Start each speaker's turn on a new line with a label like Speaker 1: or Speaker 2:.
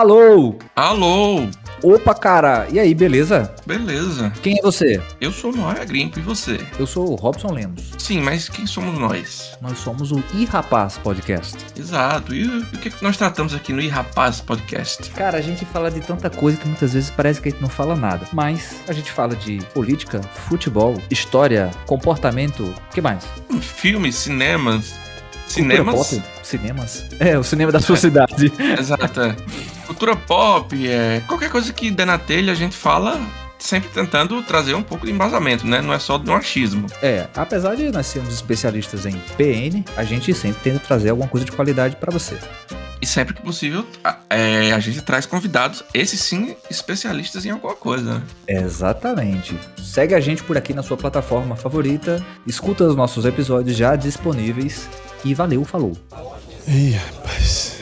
Speaker 1: Alô!
Speaker 2: Alô,
Speaker 1: Opa, cara! E aí, beleza?
Speaker 2: beleza.
Speaker 1: Quem é você?
Speaker 2: Eu sou Noia Grimpo e você?
Speaker 1: Eu sou o Robson Lemos.
Speaker 2: Sim, mas quem somos nós?
Speaker 1: Nós somos o Ih Rapaz Podcast.
Speaker 2: Exato. E o e o que, é que nós tratamos aqui no I Rapaz Podcast?
Speaker 1: Cara, a gente fala de tanta coisa que muitas vezes parece que a gente não fala nada. Mas a gente fala de política, futebol, história, comportamento, o que mais?
Speaker 2: Hum, Filmes, cinemas.
Speaker 1: Cultura
Speaker 2: Cinemas.
Speaker 1: pop, cinemas. É, o cinema da sua cidade.
Speaker 2: Exato. é. Cultura pop, é. Qualquer coisa que der na telha, a gente fala sempre tentando trazer um pouco de embasamento, né? Não é só de um achismo.
Speaker 1: É, apesar de nós sermos especialistas em PN, a gente sempre tenta trazer alguma coisa de qualidade pra você.
Speaker 2: E sempre que possível, a, é, a gente traz convidados, esses sim, especialistas em alguma coisa. né?
Speaker 1: Exatamente. Segue a gente por aqui na sua plataforma favorita, escuta os nossos episódios já disponíveis e valeu, falou.
Speaker 3: Ih, rapaz.